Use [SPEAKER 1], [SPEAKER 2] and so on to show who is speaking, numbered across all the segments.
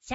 [SPEAKER 1] シ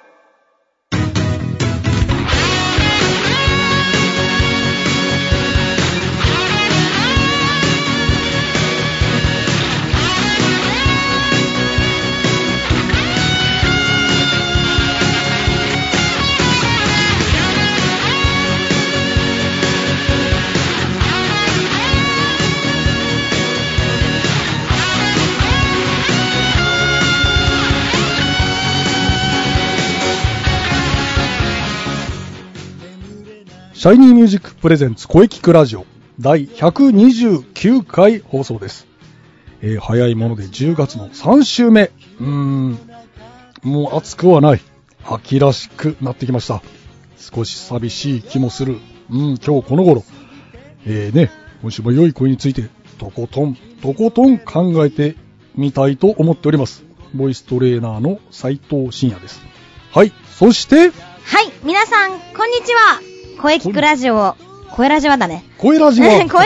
[SPEAKER 2] シャイニーミュージックプレゼンツ声聞くラジオ第129回放送です。えー早いもので10月の3週目。うーん、もう暑くはない。秋らしくなってきました。少し寂しい気もする。うん、今日この頃。えーね、今週も良い声について、とことん、とことん考えてみたいと思っております。ボイストレーナーの斉藤慎也です。はい、そして、
[SPEAKER 3] はい、皆さん、こんにちは。声聞くラジオ、声ラジオだね。
[SPEAKER 2] 声ラ ジ
[SPEAKER 3] 声ラ
[SPEAKER 2] は
[SPEAKER 3] ジオは、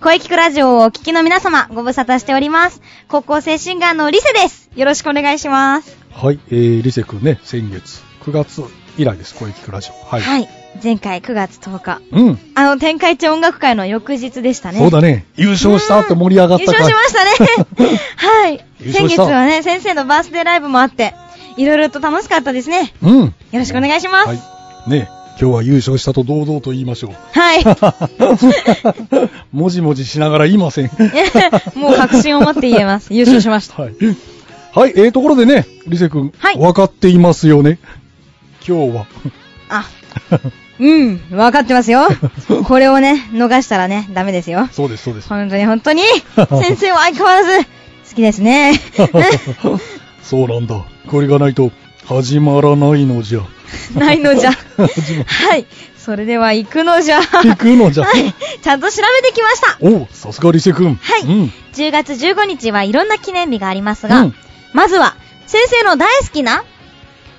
[SPEAKER 3] 声聞くラジオをお聞きの皆様、ご無沙汰しております。高校生シンガーのリセです。よろしくお願いします。
[SPEAKER 2] はい、えー、リセ君ね、先月、9月以来です、声聞くラジオ。は。
[SPEAKER 3] はいい。前回9月10日。
[SPEAKER 2] うん、
[SPEAKER 3] あの、天下一音楽会の翌日でしたね。
[SPEAKER 2] そうだね。優勝したって盛り上がった
[SPEAKER 3] 優勝しましたね。はい。
[SPEAKER 2] 優
[SPEAKER 3] 先
[SPEAKER 2] 勝
[SPEAKER 3] 月
[SPEAKER 2] した
[SPEAKER 3] はね、先生のバースデーライブもあって、いろいろと楽しかったですね。
[SPEAKER 2] た。うん。
[SPEAKER 3] よろしくお願いします。
[SPEAKER 2] はい。ね、今日は優勝したと堂々と言いまし ょう。
[SPEAKER 3] はい。
[SPEAKER 2] もじもじしながら言いません。
[SPEAKER 3] もう確信を持って言えます。優勝しました。
[SPEAKER 2] はい。はい、えー、ところでね、リセ君、
[SPEAKER 3] はい
[SPEAKER 2] 分かっていますよね。今日は。
[SPEAKER 3] あ、うん、分かってます よ。これをね、逃したらね、ダメですよ。
[SPEAKER 2] そうです、そうです。
[SPEAKER 3] 本当に本当に、先生は相変わらず、好きです ね。
[SPEAKER 2] そうなんだ。これがないと、始まらないのじゃ。
[SPEAKER 3] ないのじゃ。はい。それでは行くのじゃ。
[SPEAKER 2] 行くのじゃ。
[SPEAKER 3] はい。ちゃんと調べてきました。
[SPEAKER 2] おうさすがリセ君。
[SPEAKER 3] はい
[SPEAKER 2] うん。
[SPEAKER 3] 10月15日はいろんな記念日がありますが、
[SPEAKER 2] うん
[SPEAKER 3] まずは、先生の大好きな、
[SPEAKER 2] ん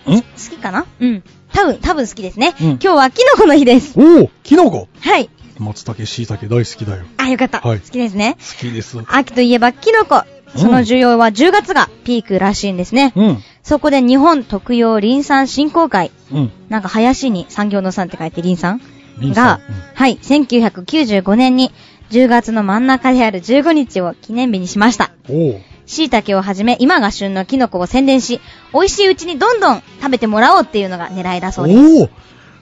[SPEAKER 3] 好きかなうん。多分、多分好きですね。
[SPEAKER 2] うん
[SPEAKER 3] 今日はキノコの日です。
[SPEAKER 2] おおキノコ
[SPEAKER 3] はい。
[SPEAKER 2] 松茸、椎茸大好きだよ。
[SPEAKER 3] あ、よかった。
[SPEAKER 2] はい
[SPEAKER 3] 好きですね。
[SPEAKER 2] 好きです。う
[SPEAKER 3] 秋といえばキノコ。
[SPEAKER 2] うん
[SPEAKER 3] その需要は10月がピークらしいんですね。
[SPEAKER 2] ん。
[SPEAKER 3] そこで日本特用林産振興会。
[SPEAKER 2] うん。
[SPEAKER 3] なんか林に産業の産って書いて林産
[SPEAKER 2] 林
[SPEAKER 3] が
[SPEAKER 2] 産、
[SPEAKER 3] はい、1995年に10月の真ん中である15日を記念日にしました。
[SPEAKER 2] おう
[SPEAKER 3] 椎茸をはじめ今が旬のキノコを宣伝し、美味しいうちにどんどん食べてもらおうっていうのが狙いだそうです。
[SPEAKER 2] おお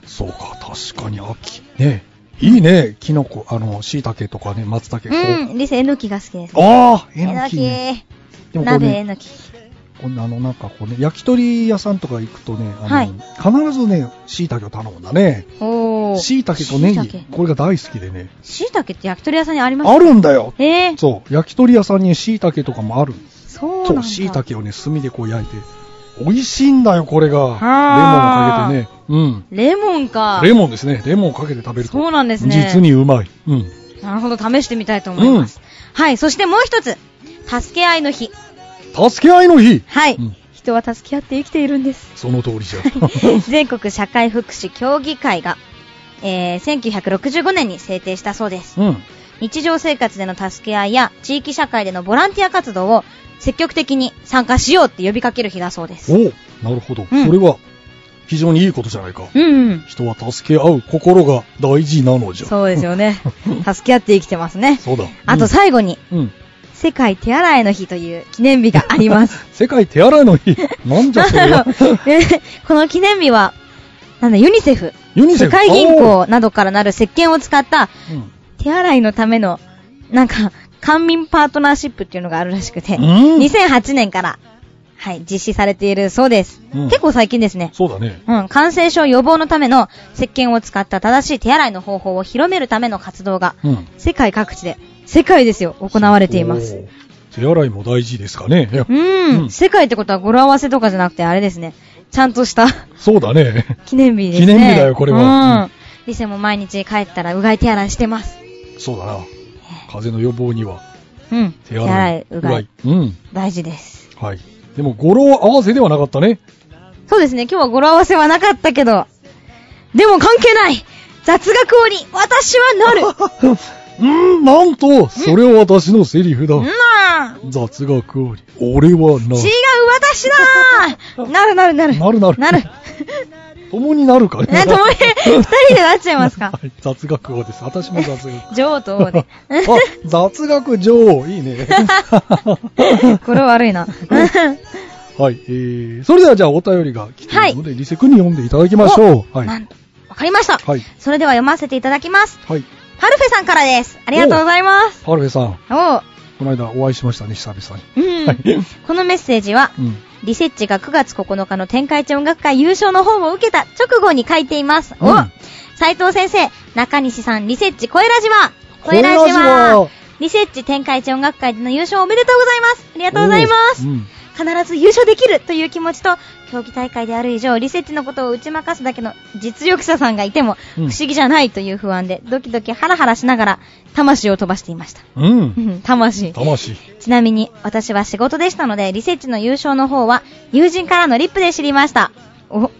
[SPEAKER 2] そうか、確かに秋。ねいいね。キノコ、あの、椎茸とかね、松茸。こ
[SPEAKER 3] うん、リセ、えのきが好きです。
[SPEAKER 2] ああえ
[SPEAKER 3] え
[SPEAKER 2] の
[SPEAKER 3] の
[SPEAKER 2] き
[SPEAKER 3] き、
[SPEAKER 2] ね。でもこれ
[SPEAKER 3] 鍋え
[SPEAKER 2] ね、
[SPEAKER 3] のき。
[SPEAKER 2] こんなあの、なんかこうね、焼き鳥屋さんとか行くとね、あの、
[SPEAKER 3] はい
[SPEAKER 2] 必ずね、椎茸を頼むんだね。
[SPEAKER 3] おー。
[SPEAKER 2] 椎茸とネ
[SPEAKER 3] しいた
[SPEAKER 2] ギ
[SPEAKER 3] け、
[SPEAKER 2] これが大好きでね。
[SPEAKER 3] 椎茸って焼き鳥屋さんにあります
[SPEAKER 2] あるんだよ
[SPEAKER 3] えー、
[SPEAKER 2] そう、焼き鳥屋さんに椎茸とかもある。
[SPEAKER 3] そうなん
[SPEAKER 2] そ
[SPEAKER 3] だ。
[SPEAKER 2] う、椎茸をね、炭でこう焼いて。美味しいんだよ、これが。レモンをか
[SPEAKER 3] はあ
[SPEAKER 2] けてね。うん。
[SPEAKER 3] レモンか。
[SPEAKER 2] レモンですね。レモンをかけて食べると。
[SPEAKER 3] そうなんですね
[SPEAKER 2] 実にうまい。うん。
[SPEAKER 3] なるほど、試してみたいと思います。はい、そしてもう一つ。助け合いの日。
[SPEAKER 2] 助け合いの日
[SPEAKER 3] はい。
[SPEAKER 2] うん
[SPEAKER 3] 人は助け合って生きているん です。
[SPEAKER 2] その通り じゃ。
[SPEAKER 3] 全国社会福祉協議会が、えー、1965年に制定したそうです。
[SPEAKER 2] うん。
[SPEAKER 3] 日常生活での助け合いや地域社会でのボランティア活動を積極的に参加しようって呼びかける日だそうです。
[SPEAKER 2] おなるほど。
[SPEAKER 3] うん
[SPEAKER 2] それは、非常にいいことじゃないか。
[SPEAKER 3] うん、うん。
[SPEAKER 2] 人は助け合う心が大事なのじゃ。
[SPEAKER 3] そうですよ ね。助け合って生きてますね。
[SPEAKER 2] そうだ。
[SPEAKER 3] あと最後に、
[SPEAKER 2] うん、うん。
[SPEAKER 3] 世界手洗いの日という記念日があります。
[SPEAKER 2] 世界手洗いの 日。 なんじゃそれは。
[SPEAKER 3] え この記念日は、なんだ、ユニセフ。
[SPEAKER 2] ユニ
[SPEAKER 3] 世
[SPEAKER 2] セフ
[SPEAKER 3] 界銀行などからなる石鹸を使った
[SPEAKER 2] うん
[SPEAKER 3] 手洗いのための、なんか、官民パートナーシップっていうのがあるらしくて、
[SPEAKER 2] うん
[SPEAKER 3] 2008年から、はい、実施されているそうです。
[SPEAKER 2] うん
[SPEAKER 3] 結構最近ですね。
[SPEAKER 2] そうだね。
[SPEAKER 3] うん、感染症予防のための石鹸を使った正しい手洗いの方法を広めるための活動が、
[SPEAKER 2] うん。
[SPEAKER 3] 世界各地で、世界ですよ、行われています。
[SPEAKER 2] おー。手洗いも大事ですかね。いや
[SPEAKER 3] うん、
[SPEAKER 2] うん
[SPEAKER 3] 世界ってことは語呂合わせとかじゃなくて、あれですね。ちゃんとした。
[SPEAKER 2] そうだね。
[SPEAKER 3] 記念日ですね。
[SPEAKER 2] 記念日だよこれは
[SPEAKER 3] うん。リセも毎日帰ったらうがい手洗いしてます。
[SPEAKER 2] そうだな。風邪の予防には、
[SPEAKER 3] うん。
[SPEAKER 2] 手洗い、
[SPEAKER 3] うがい。。
[SPEAKER 2] うん。
[SPEAKER 3] 大事です。
[SPEAKER 2] はい。でも語呂合わせではなかったね。、
[SPEAKER 3] そうですね、今日は語呂合わせはなかったけど、でも関係ない雑学王に私はなる
[SPEAKER 2] うん、なんと、それは私のセリフだ
[SPEAKER 3] う。まー
[SPEAKER 2] 雑学あり、俺はな
[SPEAKER 3] 違う、私だーなるなるなる。
[SPEAKER 2] なるなる
[SPEAKER 3] な る。
[SPEAKER 2] 共になるか
[SPEAKER 3] え、
[SPEAKER 2] ね。
[SPEAKER 3] と もに、二人でなっちゃいますか
[SPEAKER 2] はい雑学王です。私も雑 学。
[SPEAKER 3] 女王と王 で。
[SPEAKER 2] あ、雑学女王、いいね。
[SPEAKER 3] これは悪いな。
[SPEAKER 2] はい、えー、それではじゃあお便りが来ているので、リセ君に読んでいただきましょう。はい。
[SPEAKER 3] なんわかりました。
[SPEAKER 2] はい。
[SPEAKER 3] それでは読ませていただきます。
[SPEAKER 2] はい。
[SPEAKER 3] パルフェさんからです。ありがとうございます。
[SPEAKER 2] ハルフェさん、
[SPEAKER 3] おー
[SPEAKER 2] この間お会いしましたね、久々に。
[SPEAKER 3] うん
[SPEAKER 2] はい。
[SPEAKER 3] このメッセージは、
[SPEAKER 2] うん。
[SPEAKER 3] リセッチが9月9日の天海町音楽会優勝の本を受けた直後に書いています。
[SPEAKER 2] う
[SPEAKER 3] お
[SPEAKER 2] ん
[SPEAKER 3] 斉藤先生、中西さん、リセッチ、声ラジは
[SPEAKER 2] 声ラジは
[SPEAKER 3] リセッチ天海町音楽会での優勝おめでとうございますありがとうございます、
[SPEAKER 2] おーうん
[SPEAKER 3] 必ず優勝できるという気持ちと、競技大会である以上、リセッチのことを打ち負かすだけの実力者さんがいても、
[SPEAKER 2] う
[SPEAKER 3] 不
[SPEAKER 2] ん
[SPEAKER 3] 思議じゃないという不安で、ドキドキハラハラしながら、魂を飛ばしていました。
[SPEAKER 2] うん
[SPEAKER 3] う。ん魂。
[SPEAKER 2] 魂。
[SPEAKER 3] ちなみに、私は仕事でしたので、リセッチの優勝の方は、友人からのリップで知りました。お、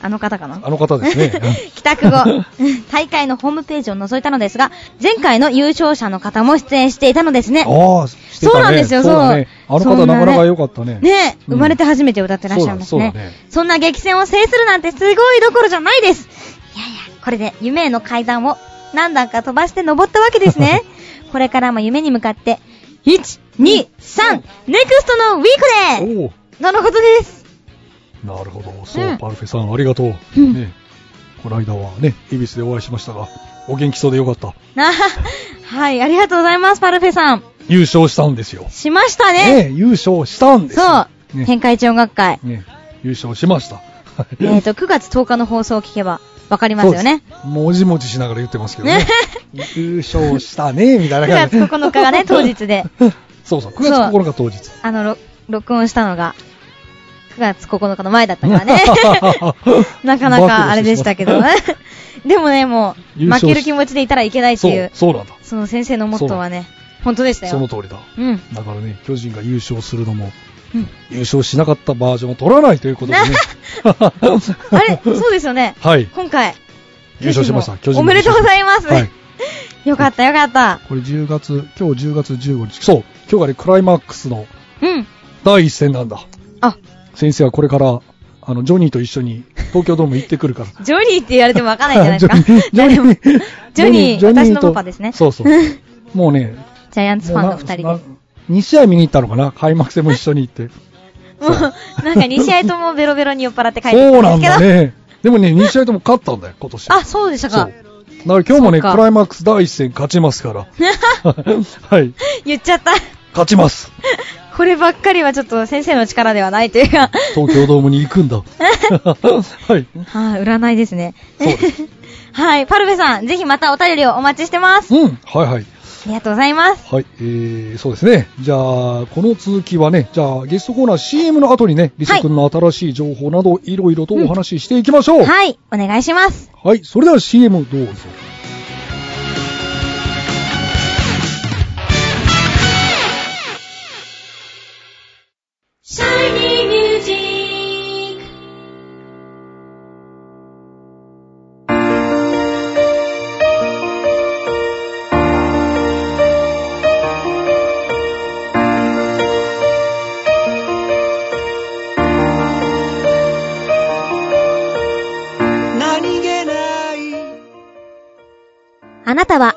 [SPEAKER 3] あの方かな
[SPEAKER 2] あの方です ね。
[SPEAKER 3] 帰宅後、大会のホームページを覗いたのですが、前回の優勝者の方も出演していたのですね。
[SPEAKER 2] ああ、してたね。
[SPEAKER 3] そうなんですよ
[SPEAKER 2] そうだね。あ
[SPEAKER 3] そう
[SPEAKER 2] の方
[SPEAKER 3] そんな
[SPEAKER 2] な
[SPEAKER 3] ね
[SPEAKER 2] かなか良かったね。
[SPEAKER 3] ねえ、
[SPEAKER 2] うん
[SPEAKER 3] 生まれて初めて歌ってらっしゃいます
[SPEAKER 2] そうだ
[SPEAKER 3] ね。
[SPEAKER 2] そうだね
[SPEAKER 3] そんな激戦を制するなんてすごいどころじゃない です。いやいや、これで夢への階段を何段か飛ばして登ったわけです ね。これからも夢に向かって、1、2、3、ネクストのウィークで
[SPEAKER 2] おお。
[SPEAKER 3] なるほどです。
[SPEAKER 2] なるほど。そう、
[SPEAKER 3] うん
[SPEAKER 2] パルフェさん、ありがとう。
[SPEAKER 3] うん
[SPEAKER 2] ね、この間はね、恵比寿でお会いしましたが、お元気そうでよかった。
[SPEAKER 3] なはい、ありがとうございます、パルフェさん。
[SPEAKER 2] 優勝したんですよ。
[SPEAKER 3] しましたね。
[SPEAKER 2] ね、優勝したんです
[SPEAKER 3] そ
[SPEAKER 2] よ。
[SPEAKER 3] う、
[SPEAKER 2] ね
[SPEAKER 3] 天海町音楽会。
[SPEAKER 2] ね、優勝しました。
[SPEAKER 3] えっと、9月10日の放送を聞けばわかりますよね。
[SPEAKER 2] そうです。もじもじしながら言ってますけどね
[SPEAKER 3] ね。
[SPEAKER 2] 優勝したね、みたいな
[SPEAKER 3] 9
[SPEAKER 2] 感
[SPEAKER 3] 月
[SPEAKER 2] じ。
[SPEAKER 3] 9日 がね、当日で。
[SPEAKER 2] そうそう、9月9日当日。
[SPEAKER 3] あの、ろ録音したのが、9月9日の前だったから ね。なかなかあれでしたけど。 でもね、もう、
[SPEAKER 2] 優
[SPEAKER 3] 負
[SPEAKER 2] 勝
[SPEAKER 3] け
[SPEAKER 2] し
[SPEAKER 3] る気持ちでいたらいけないって
[SPEAKER 2] そ
[SPEAKER 3] いう
[SPEAKER 2] う、、そうなんだ。
[SPEAKER 3] その先生のモットーはね、本当でした
[SPEAKER 2] その
[SPEAKER 3] よ。
[SPEAKER 2] 通りだ。
[SPEAKER 3] うん。
[SPEAKER 2] だからね、巨人が優勝するのも、
[SPEAKER 3] うん
[SPEAKER 2] 優勝しなかったバージョンを取らないということでね。
[SPEAKER 3] あれ、そうですよね。
[SPEAKER 2] はい。
[SPEAKER 3] 今回。
[SPEAKER 2] 優勝しまし た。
[SPEAKER 3] 巨人
[SPEAKER 2] 巨人
[SPEAKER 3] もおめでとうござい
[SPEAKER 2] ま
[SPEAKER 3] ます。
[SPEAKER 2] はい。
[SPEAKER 3] よかった、よかった。
[SPEAKER 2] これ10月、今日10月15日。そう、今日がね、クライマックスの
[SPEAKER 3] うん。
[SPEAKER 2] 第一戦なんだ。
[SPEAKER 3] あ、
[SPEAKER 2] 先生はこれから、あの、ジョニーと一緒に東京ドーム行ってく るから。
[SPEAKER 3] ジョニーって言われてもわかんないんじゃないです
[SPEAKER 2] ジョニ
[SPEAKER 3] か。
[SPEAKER 2] ー
[SPEAKER 3] 誰も。ジョニー、
[SPEAKER 2] と
[SPEAKER 3] 私のパパですね。
[SPEAKER 2] そうそう。もうね、
[SPEAKER 3] ジャイアンツファンの二人です。
[SPEAKER 2] 2試合見に行ったのかな開幕戦も一緒に行って。
[SPEAKER 3] もう、なんか2試合ともベロベロに酔っ払って帰ってき
[SPEAKER 2] そう
[SPEAKER 3] た
[SPEAKER 2] なんん
[SPEAKER 3] です
[SPEAKER 2] だ
[SPEAKER 3] けど。
[SPEAKER 2] ね。でもね、2試合とも勝ったんだよ、今年。
[SPEAKER 3] あ、そうでした
[SPEAKER 2] そう。だ
[SPEAKER 3] か
[SPEAKER 2] か。ら今日もね、
[SPEAKER 3] そう
[SPEAKER 2] ク
[SPEAKER 3] か
[SPEAKER 2] ライマックス第一戦勝ちますから。 はい。
[SPEAKER 3] 言っちゃった。
[SPEAKER 2] 勝ちます。
[SPEAKER 3] こればっかりはちょっと先生の力ではないというか。
[SPEAKER 2] 東京ドームに行くんだ。 はい。
[SPEAKER 3] はい、占いですね。
[SPEAKER 2] そうです
[SPEAKER 3] はい、パルベさん、ぜひまたお便りをお待ちしてます。あ
[SPEAKER 2] うん。はいはい。
[SPEAKER 3] りがとうございます。
[SPEAKER 2] はい。えー、そうですね。じゃあ、この続きはね、じゃあ、ゲストコーナー CM の後にね、リセ君の新しい情報など、いろいろとお話ししていきましょう。はい。
[SPEAKER 3] はい、お願いします。
[SPEAKER 2] それでは CM どうぞ。
[SPEAKER 4] 何気ない
[SPEAKER 1] あなたは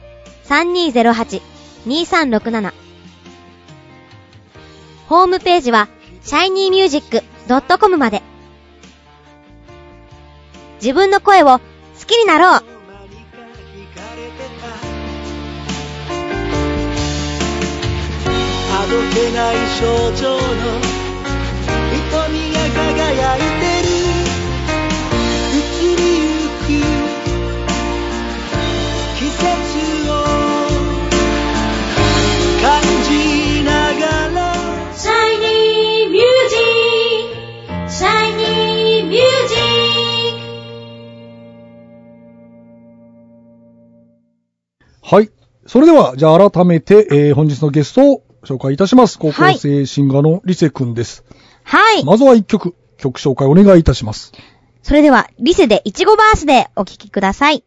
[SPEAKER 1] 3208-2367ホームページは shinymusic.com まで自分の声を好きになろう
[SPEAKER 4] あどけない象徴の瞳が輝いてる移りゆく季節を
[SPEAKER 2] はい。それでは、じゃあ改めて、えー本日のゲストを紹介いたします。高校生シンガーのリセくんです。
[SPEAKER 3] はい。
[SPEAKER 2] まずは一曲、曲紹介お願いいたします。
[SPEAKER 3] それでは、リセでいちごバースでお聴きください。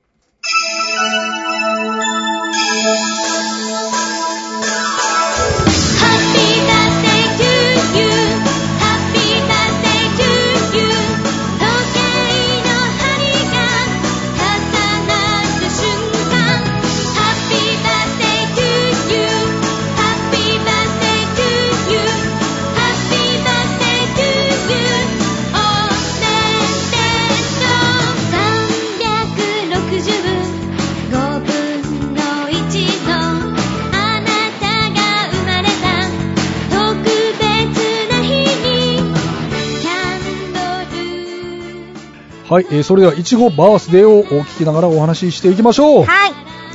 [SPEAKER 2] はい。えーそれでは、いちごバースデーをお聞きながらお話ししていきましょう。はい。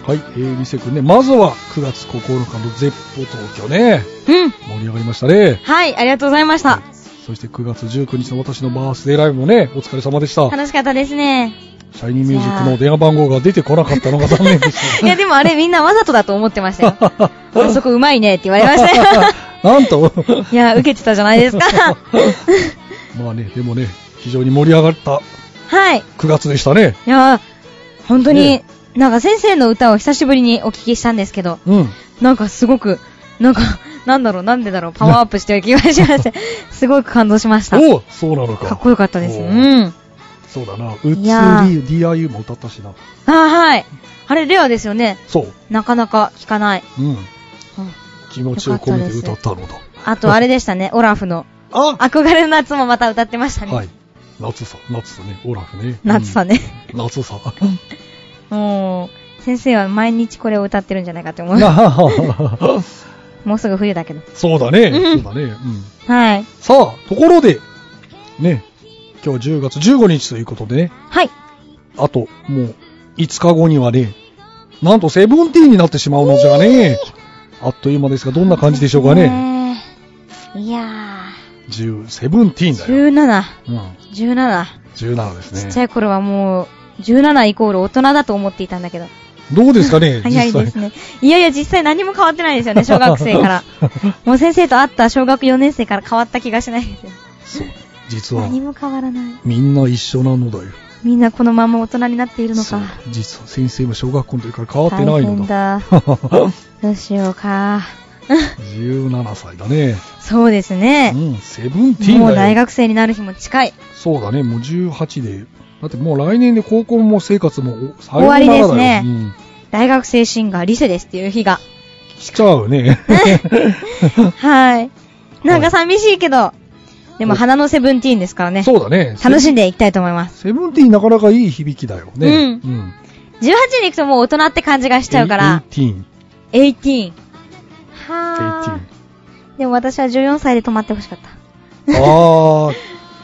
[SPEAKER 3] はい。
[SPEAKER 2] えー、リセくんね、まずは9月9日のゼッポ東京ね。
[SPEAKER 3] うん。
[SPEAKER 2] 盛り上がりましたね。
[SPEAKER 3] はい、ありがとうございました。
[SPEAKER 2] そして9月19日の私のバースデーライブもね、お疲れ様でした。
[SPEAKER 3] 楽しかったです ね。
[SPEAKER 2] シャイニーミュージックの電話番号が出てこなかったのが残念でし
[SPEAKER 3] いや、でもあれみんなわざとだと思ってましたよ。
[SPEAKER 2] た。
[SPEAKER 3] あそこうまいねって言われました よ。
[SPEAKER 2] なんと、
[SPEAKER 3] いや、受けてたじゃないですか。
[SPEAKER 2] まあね、でもね、非常に盛り上がった
[SPEAKER 3] はい。
[SPEAKER 2] 9月でしたね。
[SPEAKER 3] いや、本当に
[SPEAKER 2] ね、
[SPEAKER 3] なんか先生の歌を久しぶりにお聞きしたんですけど、
[SPEAKER 2] うん。
[SPEAKER 3] なんかすごく、なんか、 なんだろう、なんでだろう、パワーアップしてる気がしまして、すごく感動しました。
[SPEAKER 2] おうそうなのか。
[SPEAKER 3] かっこよかったです。
[SPEAKER 2] お
[SPEAKER 3] う。
[SPEAKER 2] うんそうだな。うつ
[SPEAKER 3] いやー
[SPEAKER 2] DIU も歌ったしな。
[SPEAKER 3] あーはい。あれ、レアですよね。
[SPEAKER 2] そう。
[SPEAKER 3] なかなか聞かない。
[SPEAKER 2] うん。
[SPEAKER 3] うん
[SPEAKER 2] 気持ちを込めて歌ったのだ。
[SPEAKER 3] あと、あれでしたね、オラフの。
[SPEAKER 2] あ
[SPEAKER 3] 憧れの夏もまた歌ってましたね。
[SPEAKER 2] はい。夏さ、夏さね、オラフね。
[SPEAKER 3] 夏さ
[SPEAKER 2] ね。
[SPEAKER 3] ね。
[SPEAKER 2] 夏さ。
[SPEAKER 3] もう、先生は毎日これを歌ってるんじゃないかって思う。もうすぐ冬だけど。
[SPEAKER 2] そうだね。
[SPEAKER 3] う
[SPEAKER 2] そ
[SPEAKER 3] ん
[SPEAKER 2] うだね。うん。
[SPEAKER 3] はい。
[SPEAKER 2] さあ、ところで、ね、今日10月15日ということでね、
[SPEAKER 3] はい。
[SPEAKER 2] あともう5日後にはね、なんとセブンティーンになってしまうのじゃね、あっという間ですが、どんな感じでしょうかね。
[SPEAKER 3] ねえいや
[SPEAKER 2] 10、セブンティーン
[SPEAKER 3] ー、
[SPEAKER 2] だよ。
[SPEAKER 3] 17、
[SPEAKER 2] うん、
[SPEAKER 3] 17。
[SPEAKER 2] 17です
[SPEAKER 3] ち
[SPEAKER 2] ね。
[SPEAKER 3] っちゃい頃はもう、17イコール大人だと思っていたんだけど。
[SPEAKER 2] どうですかね、
[SPEAKER 3] 早いですね。いやいや、実際何も変わってないですよね、小学生 から。もう先生と会った小学4年生から変わった気がしないですよ。
[SPEAKER 2] そう、実は
[SPEAKER 3] 何も変わらない。
[SPEAKER 2] みんな一緒なのだよ。
[SPEAKER 3] みんなこのまま大人になっているの
[SPEAKER 2] そう
[SPEAKER 3] か。
[SPEAKER 2] 実は先生も小学校の時から変わってな
[SPEAKER 3] 大
[SPEAKER 2] いの
[SPEAKER 3] 変
[SPEAKER 2] だ。
[SPEAKER 3] だ。 どうしようか。
[SPEAKER 2] 17歳だね。
[SPEAKER 3] そうですね
[SPEAKER 2] う。ん、セブンティーンだよ。
[SPEAKER 3] もう大学生になる日も近い。
[SPEAKER 2] そうだね、もう18で。だってもう来年で高校も生活もお
[SPEAKER 3] 終わりですね
[SPEAKER 2] さようならだようん
[SPEAKER 3] 大学生シンガー、リセですっていう日が。
[SPEAKER 2] 来ちゃ うね。
[SPEAKER 3] はい。なんか寂しいけど、でも花のセブンティーンですからね。
[SPEAKER 2] そうだね。
[SPEAKER 3] 楽
[SPEAKER 2] い。
[SPEAKER 3] しんでいきたいと思います。
[SPEAKER 2] セブンティーンなかなかいい響きだよね。。
[SPEAKER 3] うん18に行くともう大人って感じがしちゃうから、
[SPEAKER 2] ティーン。
[SPEAKER 3] 18。
[SPEAKER 2] ティー
[SPEAKER 3] はぁ。でも私は14歳で止まってほしかった。
[SPEAKER 2] ン。あー。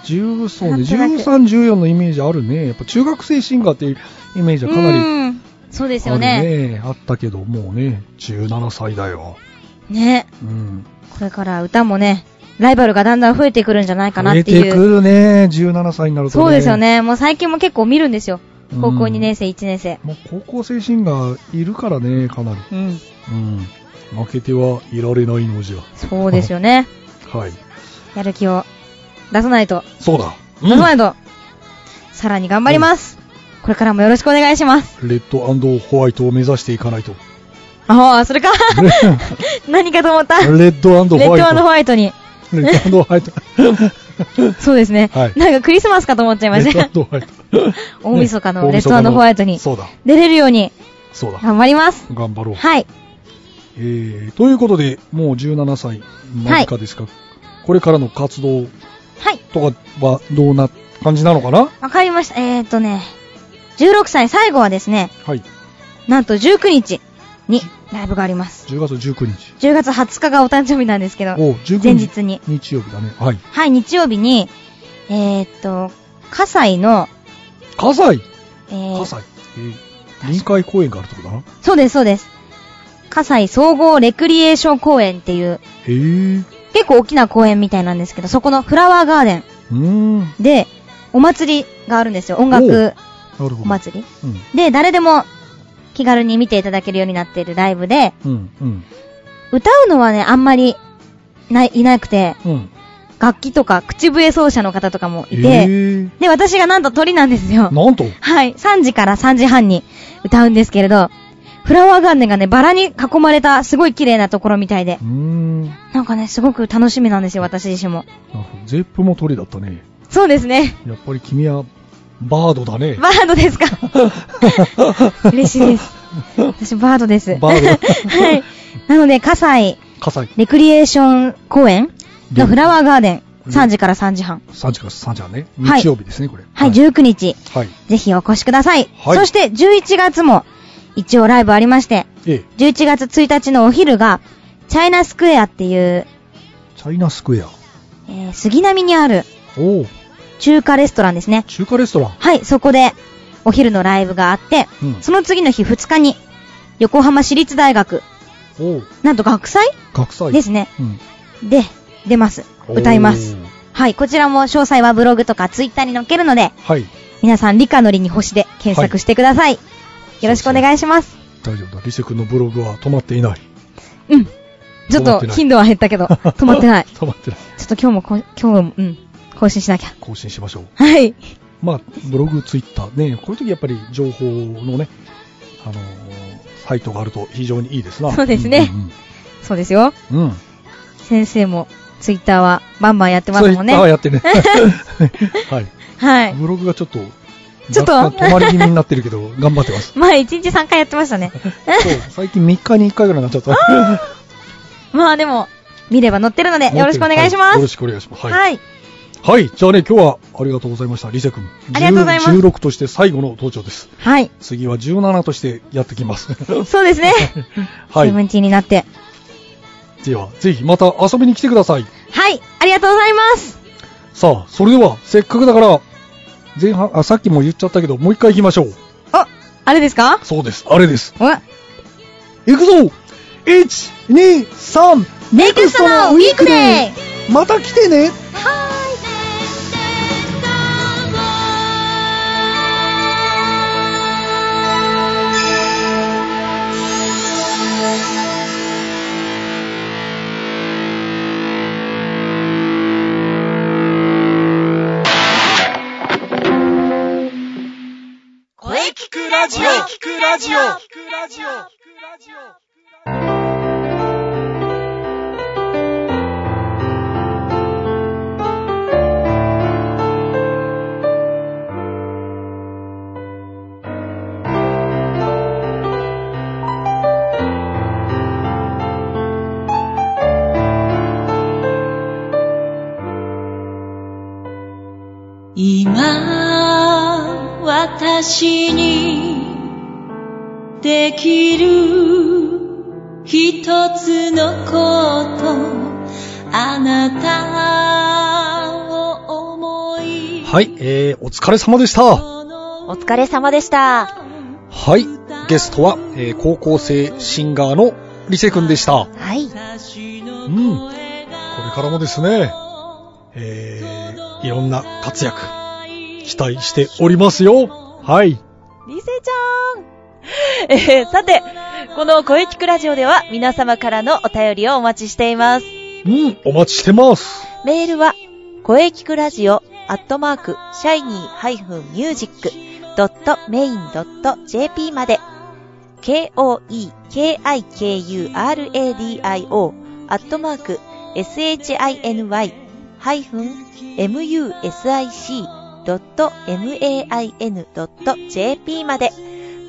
[SPEAKER 2] 10そうね、
[SPEAKER 3] なんとなく
[SPEAKER 2] 13、14のイメージあるね。やっぱ中学生シンガーっていうイメージはかなりあ
[SPEAKER 3] うん。そうですよ
[SPEAKER 2] る
[SPEAKER 3] ね。
[SPEAKER 2] ね。あったけど、もうね、17歳だよ。
[SPEAKER 3] ね。
[SPEAKER 2] うん。
[SPEAKER 3] これから歌もね、ライバルがだんだん増えてくるんじゃないかなって
[SPEAKER 2] て
[SPEAKER 3] い
[SPEAKER 2] く
[SPEAKER 3] う。
[SPEAKER 2] るね、17歳になるとね。
[SPEAKER 3] そうですよ。ね。もう最近も結構見るんですよ。高校
[SPEAKER 2] うん
[SPEAKER 3] 2年生、1年生。
[SPEAKER 2] もう高校生シンガーいるからね、かなり。
[SPEAKER 3] うん。
[SPEAKER 2] うん。負けてはいられないのじゃ。
[SPEAKER 3] そうですよね。
[SPEAKER 2] はい。
[SPEAKER 3] やる気を出さないと。
[SPEAKER 2] そうだ。
[SPEAKER 3] 出さないと。さらに頑張ります。これからもよろしくお願いします。
[SPEAKER 2] レッドホワイトを目指していかないと。
[SPEAKER 3] ああ、それか。
[SPEAKER 2] レ
[SPEAKER 3] 何かと思った。 レッ
[SPEAKER 2] ッドホ
[SPEAKER 3] ド
[SPEAKER 2] ワイト。
[SPEAKER 3] ホワイトに。
[SPEAKER 2] レッドホワイト。
[SPEAKER 3] そうですね。
[SPEAKER 2] はい
[SPEAKER 3] なんかクリスマスかと思っちゃいま
[SPEAKER 2] レ
[SPEAKER 3] し
[SPEAKER 2] ッ
[SPEAKER 3] た。
[SPEAKER 2] ドホワイト。
[SPEAKER 3] 大晦日の
[SPEAKER 2] ね
[SPEAKER 3] レッドホワイトに
[SPEAKER 2] そうだ。
[SPEAKER 3] 出れるように
[SPEAKER 2] そうだ。
[SPEAKER 3] 頑張ります。
[SPEAKER 2] 頑張ろう。
[SPEAKER 3] はい。
[SPEAKER 2] えー、ということで、もう17歳間近ですか、これからの活動
[SPEAKER 3] はい。
[SPEAKER 2] とかはどうな感じなのかな
[SPEAKER 3] わかりました。えーっとね、16歳最後はですね、
[SPEAKER 2] はい。
[SPEAKER 3] なんと19日にライブがあります。
[SPEAKER 2] 10月19日。
[SPEAKER 3] 10月20日がお誕生日なんですけど、
[SPEAKER 2] お19日。
[SPEAKER 3] 前日に。
[SPEAKER 2] 日曜日だね。はい。
[SPEAKER 3] はい、日曜日に、えーっと、葛西の、
[SPEAKER 2] 葛西
[SPEAKER 3] えー
[SPEAKER 2] 葛西。えー、臨海公園があるとこだな。
[SPEAKER 3] そうです、そうです。葛西総合レクリエーション公園っていう、
[SPEAKER 2] へえ。
[SPEAKER 3] 結構大きな公園みたいなんですけど、そこのフラワーガーデン
[SPEAKER 2] うーん。な
[SPEAKER 3] で、お祭りがあるんですよ。音
[SPEAKER 2] お
[SPEAKER 3] 楽
[SPEAKER 2] るほど。
[SPEAKER 3] お祭り。
[SPEAKER 2] うん。
[SPEAKER 3] で、誰でも気軽に見ていただけるようになっているライブで、
[SPEAKER 2] うん、うん、
[SPEAKER 3] 歌うのはね、あんまりない、いなくて、
[SPEAKER 2] うん。
[SPEAKER 3] 楽器とか口笛奏者の方とかもいて、
[SPEAKER 2] え
[SPEAKER 3] で、私がなんと鳥なんですよ
[SPEAKER 2] ー、。なんと、
[SPEAKER 3] はい、3時から3時半に歌うんですけれど、フラワーガーデンがね、バラに囲まれたすごい綺麗なところみたいで
[SPEAKER 2] うー、ん。な
[SPEAKER 3] なんかね、すごく楽しみなんですよ、私自身も。
[SPEAKER 2] るほどゼップも鳥だったね。
[SPEAKER 3] そうですね。
[SPEAKER 2] やっぱり君は、バードだね。
[SPEAKER 3] バード ですか嬉しいです。私、バードです。
[SPEAKER 2] バード
[SPEAKER 3] はい。なので、葛西
[SPEAKER 2] 火災。
[SPEAKER 3] レクリエーション公園のフラワーガーデン、
[SPEAKER 2] うん
[SPEAKER 3] 3時から3時半。
[SPEAKER 2] 3時から3時半ね。
[SPEAKER 3] はい
[SPEAKER 2] 日曜日ですね、これ。
[SPEAKER 3] はい、19日、
[SPEAKER 2] はい。
[SPEAKER 3] ぜひお越しください。
[SPEAKER 2] はい
[SPEAKER 3] そして、11月も、一応ライブありまして、
[SPEAKER 2] ええ、
[SPEAKER 3] 11月1日のお昼が、チャイナスクエアっていう、
[SPEAKER 2] チャイナスクエア。
[SPEAKER 3] えー杉並にある
[SPEAKER 2] おお、
[SPEAKER 3] 中華レストランですね。
[SPEAKER 2] 中華レストラン。
[SPEAKER 3] はい、そこで、お昼のライブがあって、
[SPEAKER 2] うん
[SPEAKER 3] その次の日2日に、横浜市立大学、
[SPEAKER 2] おお、
[SPEAKER 3] なんと学祭
[SPEAKER 2] 学祭。
[SPEAKER 3] ですね。
[SPEAKER 2] うん。
[SPEAKER 3] で、出ます。歌います
[SPEAKER 2] お。ー。
[SPEAKER 3] はい、こちらも詳細はブログとかツイッターに載っけるので、
[SPEAKER 2] はい。
[SPEAKER 3] 皆さん、理科のりに星で検索してください。よろしくお願いします。
[SPEAKER 2] 大丈夫だ。リセ君のブログは止まっていない。
[SPEAKER 3] うん。ちょっ
[SPEAKER 2] 止まっ
[SPEAKER 3] と
[SPEAKER 2] てない。
[SPEAKER 3] 頻度は減ったけど、止まってない
[SPEAKER 2] 止まってない。
[SPEAKER 3] ちょっと今日もこ、今日も、うん、更新しなきゃ。
[SPEAKER 2] 更新しましょう。
[SPEAKER 3] はい。
[SPEAKER 2] まあ、ブログ、ツイッターね、こういう時やっぱり情報のね、あのーサイトがあると非常にいいですな。
[SPEAKER 3] そうですねそうですよ。
[SPEAKER 2] うんうんうん。うん。
[SPEAKER 3] 先生も、ツイッターはバンバンやってますもんね。
[SPEAKER 2] ツイッターは
[SPEAKER 3] は
[SPEAKER 2] やっ てね。はい。
[SPEAKER 3] い。
[SPEAKER 2] ブログがちょっと、
[SPEAKER 3] ちょっと
[SPEAKER 2] 若干止まり気味になってるけど、頑張って ます。
[SPEAKER 3] まあ、1日3回やってましたね。
[SPEAKER 2] そう、最近3日に1回ぐらいになっちゃった。
[SPEAKER 3] まあ、でも、見れば載ってるので、よろしくお願いしま
[SPEAKER 2] はよろ
[SPEAKER 3] す。
[SPEAKER 2] しくお願いします。はい。
[SPEAKER 3] はい。
[SPEAKER 2] はい。じゃあね、今日はありがとうございました。リセ君。
[SPEAKER 3] ありがとうございます
[SPEAKER 2] 10 16として最後の登場です。
[SPEAKER 3] はい。
[SPEAKER 2] 次は17としてやってきます。
[SPEAKER 3] そうですね。
[SPEAKER 2] は
[SPEAKER 3] セブ
[SPEAKER 2] い。
[SPEAKER 3] ンティーンになって。
[SPEAKER 2] では、ぜひまた遊びに来てください。
[SPEAKER 3] はい。ありがとうございます。
[SPEAKER 2] さあ、それでは、せっかくだから、前半、あ、さっきも言っちゃったけど、もう一回行きましょう。
[SPEAKER 3] あ、あれですか
[SPEAKER 2] そうです。あれです。
[SPEAKER 3] お
[SPEAKER 2] 行くぞ !1、2、3!
[SPEAKER 3] ネクストのウィークデー
[SPEAKER 2] また来てね
[SPEAKER 4] 声聞くラジオ聞くラジオ今私にできる一つのことあなたを思い
[SPEAKER 2] はい、えー、お疲れ様でした。
[SPEAKER 1] お疲れ様でした。
[SPEAKER 2] はい、ゲストは、えー高校生シンガーのリセ君でした。
[SPEAKER 1] はい。
[SPEAKER 2] うん。これからもですね、えー、いろんな活躍、期待しておりますよ。はい。
[SPEAKER 5] リセちゃんえーさて、この声聞くラジオでは皆様からのお便りをお待ちしています。
[SPEAKER 2] うん、お待ちしてます。
[SPEAKER 5] メールは、声聞くラジオ、アットマーク、シャイニー -music.main.jp まで、k-o-e-k-i-k-u-r-a-d-i-o、アットマーク、shiny-music.main.jp まで、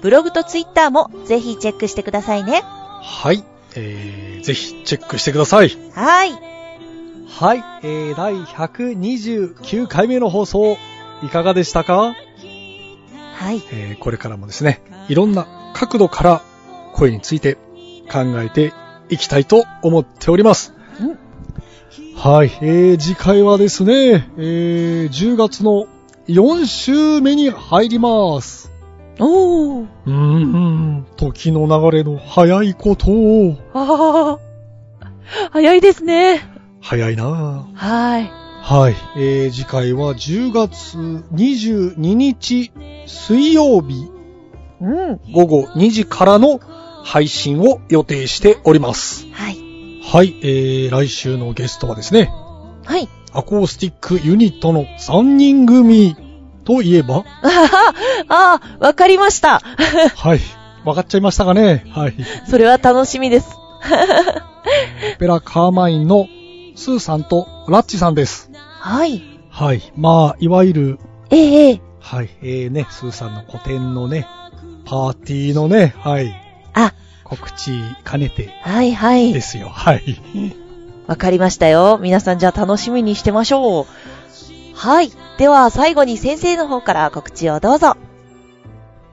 [SPEAKER 5] ブログとツイッターもぜひチェックしてくださいね。
[SPEAKER 2] はい、えー、ぜひチェックしてください。
[SPEAKER 5] はい。
[SPEAKER 6] はい、えー、第129回目の放送、いかがでしたか
[SPEAKER 5] はい。
[SPEAKER 2] えーこれからもですね、いろんな角度から声について考えていきたいと思っております。はい、えー次回はですね、えー10月の4週目に入ります。
[SPEAKER 5] おー。
[SPEAKER 2] うーん、時の流れの早いことを、
[SPEAKER 5] ああ、早いですね。
[SPEAKER 2] 早いなぁ
[SPEAKER 5] はい。
[SPEAKER 2] はい、えー次回は10月22日水曜日
[SPEAKER 5] うん。
[SPEAKER 2] 午後2時からの配信を予定しております。
[SPEAKER 5] はい。
[SPEAKER 2] はい、えー、来週のゲストはですね、
[SPEAKER 5] はい。
[SPEAKER 2] アコースティックユニットの3人組といえば、
[SPEAKER 5] あはは あー、わかりました。
[SPEAKER 2] はい、わかっちゃいましたかね。はい。
[SPEAKER 5] それは楽しみです。
[SPEAKER 2] オペラカーマインのスーさんとラッチさんです。
[SPEAKER 5] はい。
[SPEAKER 2] はい。まあ、いわゆる、
[SPEAKER 5] ええ
[SPEAKER 2] はい、えーね、スーさんの個展のね、パーティーのね、はい、
[SPEAKER 5] あ、
[SPEAKER 2] 告知兼ねて
[SPEAKER 5] はいは
[SPEAKER 2] で
[SPEAKER 5] い。
[SPEAKER 2] すよ。はい。
[SPEAKER 5] わかりましたよ。皆さんじゃあ楽しみにしてましょう。はい。では最後に先生の方から告知をどうぞ。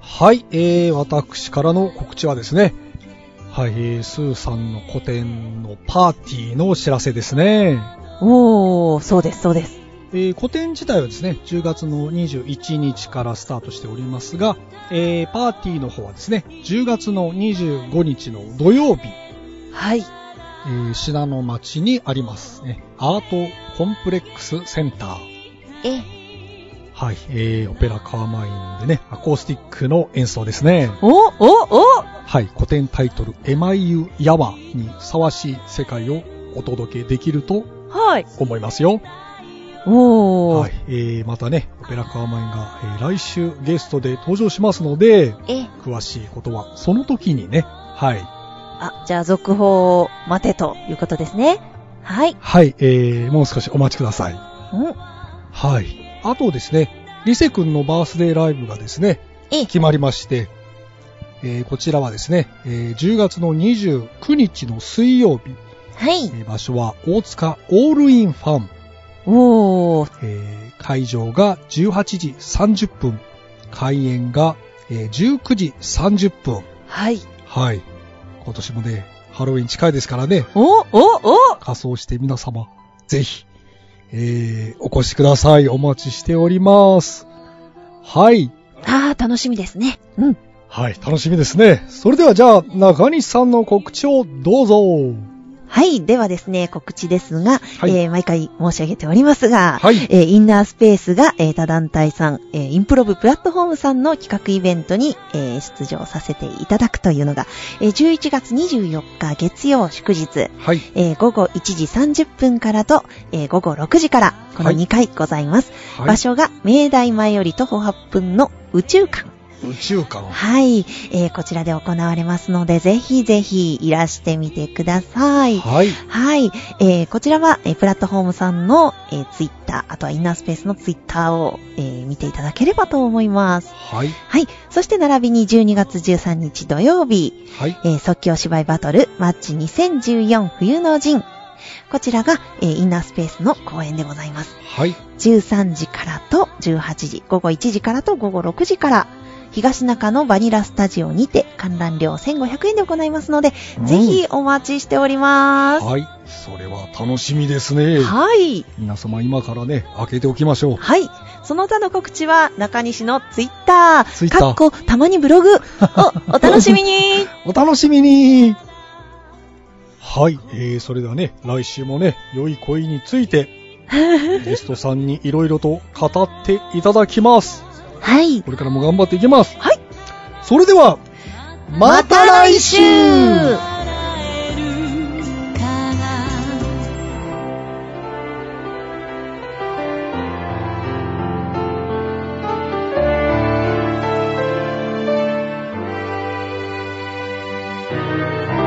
[SPEAKER 2] はい、えー、私からの告知はですね、はい、えー、スーさんの個展のパーティーのお知らせですね。
[SPEAKER 5] おー、そうですそうです。
[SPEAKER 2] えー個展自体はですね、10月の21日からスタートしておりますが、えーパーティーの方はですね、10月の25日の土曜日、
[SPEAKER 5] はい。
[SPEAKER 2] えー、品の町にあります、ね、アートコンプレックスセンター。
[SPEAKER 5] え、
[SPEAKER 2] はい、えー、オペラカーマインでね、アコースティックの演奏ですね。
[SPEAKER 5] お、お、お
[SPEAKER 2] はい、古典タイトル、エマイユ・ヤワにふさわしい世界をお届けできると
[SPEAKER 5] はい。
[SPEAKER 2] 思いますよ。
[SPEAKER 5] おー。
[SPEAKER 2] はい、えー、またね、オペラカーマインが、えー来週ゲストで登場しますので、
[SPEAKER 5] え、
[SPEAKER 2] 詳しいことはその時にね、はい、
[SPEAKER 5] あ、じゃあ続報を待てということですね。はい。
[SPEAKER 2] はい、えー、もう少しお待ちください。
[SPEAKER 5] うん。
[SPEAKER 2] はい。あとですね、リセ君のバースデーライブがですね、
[SPEAKER 5] ええ
[SPEAKER 2] 決まりまして、えーこちらはですね、えー10月の29日の水曜日、
[SPEAKER 5] はい
[SPEAKER 2] え。ー場所は大塚オールインファン、
[SPEAKER 5] おー。
[SPEAKER 2] えー会場が18時30分、開演が、えー19時30分。
[SPEAKER 5] はい。
[SPEAKER 2] はい。今年もね、ハロウィン近いですからね、
[SPEAKER 5] お、お、お
[SPEAKER 2] 仮装して皆様、ぜひ、えー、お越しください。お待ちしております。はい。
[SPEAKER 5] あー、楽しみですね。うん。
[SPEAKER 2] はい、楽しみですね。それではじゃあ、中西さんの告知をどうぞ。
[SPEAKER 5] はい。ではですね、告知ですが、
[SPEAKER 2] い
[SPEAKER 5] えー毎回申し上げておりますが、
[SPEAKER 2] はい
[SPEAKER 5] えーインナースペースが、えー他団体さん、えーインプロブプラットフォームさんの企画イベントに、えー出場させていただくというのが、えー11月24日月曜祝日、
[SPEAKER 2] はい。
[SPEAKER 5] えー午後1時30分からと、えー午後6時から、この
[SPEAKER 2] はい
[SPEAKER 5] 2回ございます。
[SPEAKER 2] は
[SPEAKER 5] 場
[SPEAKER 2] い。
[SPEAKER 5] 所が、明大前より徒歩8分の宇宙館。
[SPEAKER 2] 宇宙館。
[SPEAKER 5] はい、えーこちらで行われますので、ぜひぜひいらしてみてください。
[SPEAKER 2] はい。
[SPEAKER 5] はい、えーこちらは、えープラットフォームさんの、えーツイッター、あとはインナースペースのツイッターを、えー見ていただければと思います。
[SPEAKER 2] はい。
[SPEAKER 5] はい、そして並びに12月13日土曜日、
[SPEAKER 2] はい。
[SPEAKER 5] えー即興芝居バトルマッチ2014冬の陣。こちらが、えーインナースペースの公演でございます。
[SPEAKER 2] はい。
[SPEAKER 5] 13時からと18時、午後1時からと午後6時から、東中のバニラスタジオにて観覧料1500円で行いますので、
[SPEAKER 2] うん
[SPEAKER 5] ぜひお待ちしております。
[SPEAKER 2] はい。それは楽しみですね。
[SPEAKER 5] はい。
[SPEAKER 2] 皆様今からね、開けておきましょう。
[SPEAKER 5] はい。その他の告知は中西のツイッター、
[SPEAKER 2] Twitter
[SPEAKER 5] かっこたまにブログをお楽しみ に。
[SPEAKER 2] お楽しみにはい、えー、それではね、来週もね、良い恋につい て、ゲストさんにいろいろと語っていただきます。
[SPEAKER 5] はい。
[SPEAKER 2] これからも頑張っていきます。
[SPEAKER 5] はい。
[SPEAKER 2] それでは、
[SPEAKER 5] また来週
[SPEAKER 4] えるかな
[SPEAKER 7] 「